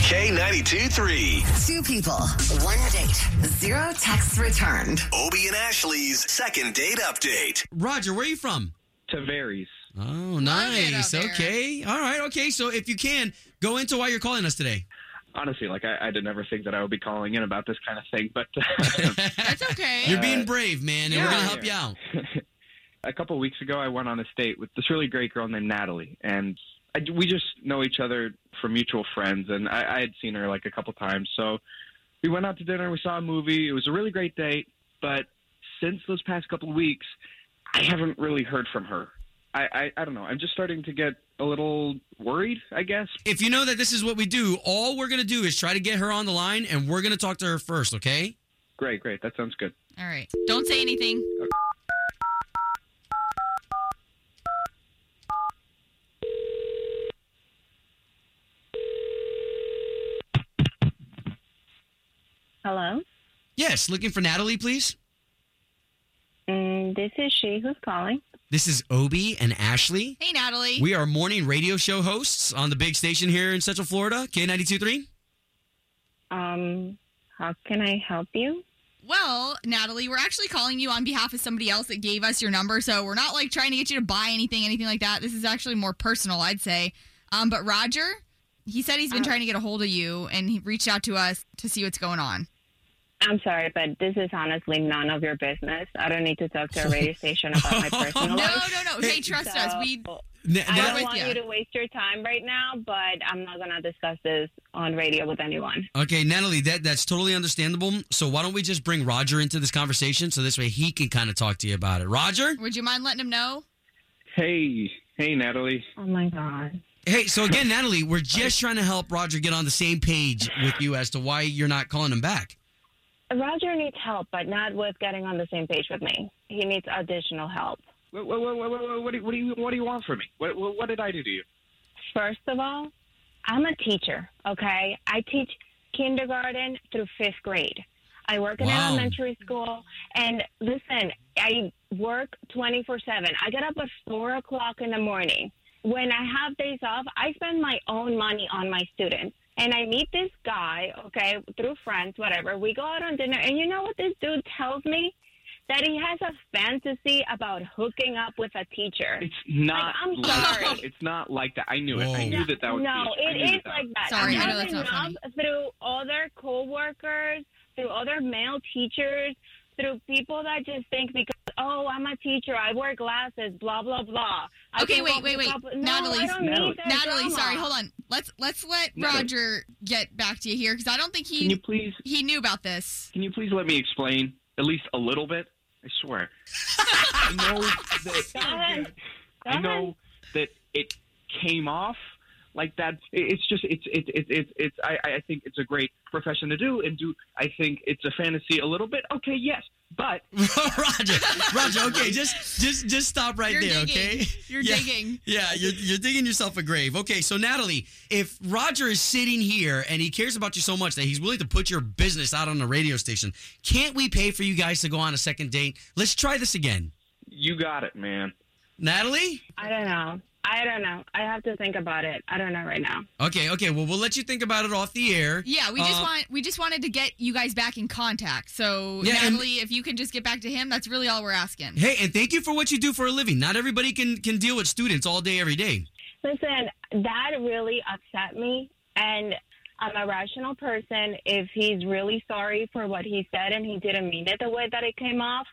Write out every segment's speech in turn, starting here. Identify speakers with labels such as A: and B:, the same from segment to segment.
A: K92 3.
B: Two people, one date, zero texts returned.
A: Obie and Ashley's second date update.
C: Roger, where are you from?
D: Tavares.
C: Oh,
E: it
C: nice.
E: out there.
C: Okay. All right. Okay. So if you can, go into why you're calling us today.
D: Honestly, like I, I didn't ever think that I would be calling in about this kind of thing, but
E: That's okay.
C: You're being brave, man, and we're
D: yeah.
C: going to help you out.
D: a couple weeks ago, I went on a date with this really great girl named Natalie, and I, we just know each other from mutual friends, and I, I had seen her like a couple times. So we went out to dinner, we saw a movie. It was a really great date, but since those past couple of weeks, I haven't really heard from her. I, I, I don't know. I'm just starting to get a little worried, I guess.
C: If you know that this is what we do, all we're going to do is try to get her on the line, and we're going to talk to her first, okay?
D: Great, great. That sounds good.
E: All right. Don't say anything.
F: Hello,
C: Yes. Looking for Natalie, please.
F: and Mm, this is she who's calling.
C: This is Obie and Ashley.
E: Hey, Natalie.
C: We are morning radio show hosts on the big station here in Central Florida, K92.3.
F: Um, how can I help you?
E: well, Natalie, we're actually calling you on behalf of somebody else that gave us your number. So we're not like trying to get you to buy anything, anything like that. This is actually more personal, I'd say. Um, but Roger, he said he's been
F: Uh.
E: trying to get a hold of you and he reached out to us to see what's going on.
F: I'm sorry, but this is honestly none of your business. I don't need to talk to a radio station about my personal
E: No,
F: life.
E: no, no. Hey, trust us.
F: Oh, So,
E: We
C: Na-
F: I
C: Natalie-
F: don't want
E: ya.
F: you to waste your time right now, but I'm not gonna discuss this on radio with anyone.
C: Okay, Natalie, that, that's totally understandable. So why don't we just bring Roger into this conversation so this way he can kind of talk to you about it. Roger?
E: would you mind letting him know?
D: Hey, hey, Natalie.
F: Oh my god.
C: Hey, so again, Natalie, we're just trying to help Roger get on the same page with you as to why you're not calling him back.
F: Roger needs help, but not with getting on the same page with me. He needs additional help.
D: What, what, what, what, what, what, do, you- what do you what do you want from me? What, what, what did I do to you?
F: First of all, I'm a teacher, okay? I teach kindergarten through fifth grade. I work in
C: Wow.
F: elementary school. And listen, I work 24 7. I get up at 4 o'clock in the morning. When I have days off, I spend my own money on my students. And I meet this guy, okay, through friends, whatever. We go out on dinner. And you know what this dude tells me? That he has a fantasy about hooking up with a teacher.
D: It's not.
F: I'm
D: like
F: sorry.
D: that. It's not like that. I knew it. I
C: Whoa.
D: knew that that would
F: no,
D: be. I
F: it
D: knew that
F: is
D: that
F: like that.
E: Sorry,
F: I'm
E: I know that's not
F: having love Through other coworkers, through other male teachers, through people that just think because oh, I'm a teacher, I wear glasses, blah blah blah. I
E: Okay,
F: can
E: wait,
F: walk
E: wait,
F: the
E: wait.
F: couple- No,
E: Natalie,
F: I don't need
D: Natalie.
F: that
E: Natalie,
F: drama.
E: sorry, hold on. Let's let's let
D: Natalie.
E: Roger get back to you here because I don't think
D: Can you
E: he
D: please?
E: he knew about this.
D: Can you please let me explain at least a little bit? I swear. I know
F: Go
D: that.
F: ahead. Go
D: I know that it came off like that. It- It's just it's it, it, it, it's I I I think it's a great profession to do and do. I think it's a fantasy a little bit. Okay, yes, but
C: Roger, Roger, okay, just just just stop right
E: You're
C: there,
E: digging.
C: okay?
E: You're
C: Yeah.
E: digging.
C: Yeah, you're, you're digging yourself a grave. Okay, so Natalie, if Roger is sitting here and he cares about you so much that he's willing to put your business out on the radio station, can't we pay for you guys to go on a second date? Let's try this again.
D: you got it, man.
C: Natalie?
F: I don't know. I don't know. I have to think about it. I don't know right now.
C: Okay, okay, well, we'll let you think about it off the air.
E: Yeah, we just
C: Uh,
E: want we just wanted to get you guys back in contact. So
C: Yeah, and-
E: Natalie, if you can just get back to him, that's really all we're asking.
C: Hey, and thank you for what you do for a living. Not everybody can can deal with students all day, every day.
F: Listen, that really upset me. And I'm a rational person. If he's really sorry for what he said and he didn't mean it the way that it came off,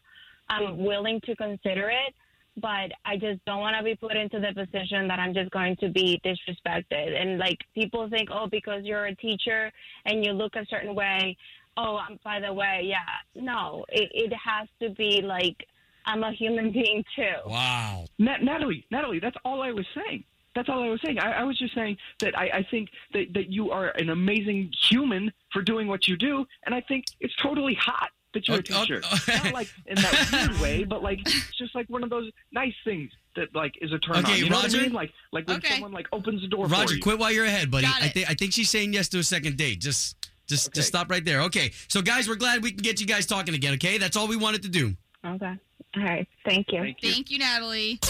F: I'm willing to consider it. But I just don't want to be put into the position that I'm just going to be disrespected. And like people think, oh, because you're a teacher and you look a certain way, oh, um, by the way, yeah. No, it, it has to be like I'm a human being too.
C: Wow.
D: Nat- Natalie, Natalie, that's all I was saying. That's all I was saying. I, I was just saying that I, I think that, that you are an amazing human for doing what you do, and I think it's totally hot that you're
C: Okay,
D: a teacher.
C: okay.
D: Not like in that weird way, but like it's just like one of those nice things that like is a turn on.
C: Okay,
D: You know what
C: Roger.
D: I mean? Like like when
E: Okay.
D: someone like opens the door for
C: Roger,
D: you.
C: quit while you're ahead, buddy.
E: Got
C: I
E: it.
C: think I think she's saying yes to a second date. Just just
D: Okay.
C: just stop right there. Okay. So guys, we're glad we can get you guys talking again, okay? That's all we wanted to do.
F: Okay. All right. Thank you.
D: Thank you.
E: Thank you, Natalie.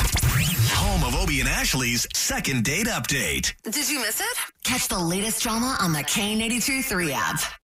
A: home of Obie and Ashley's second date update.
B: Did you miss it? Catch the latest drama on the K82 3 app.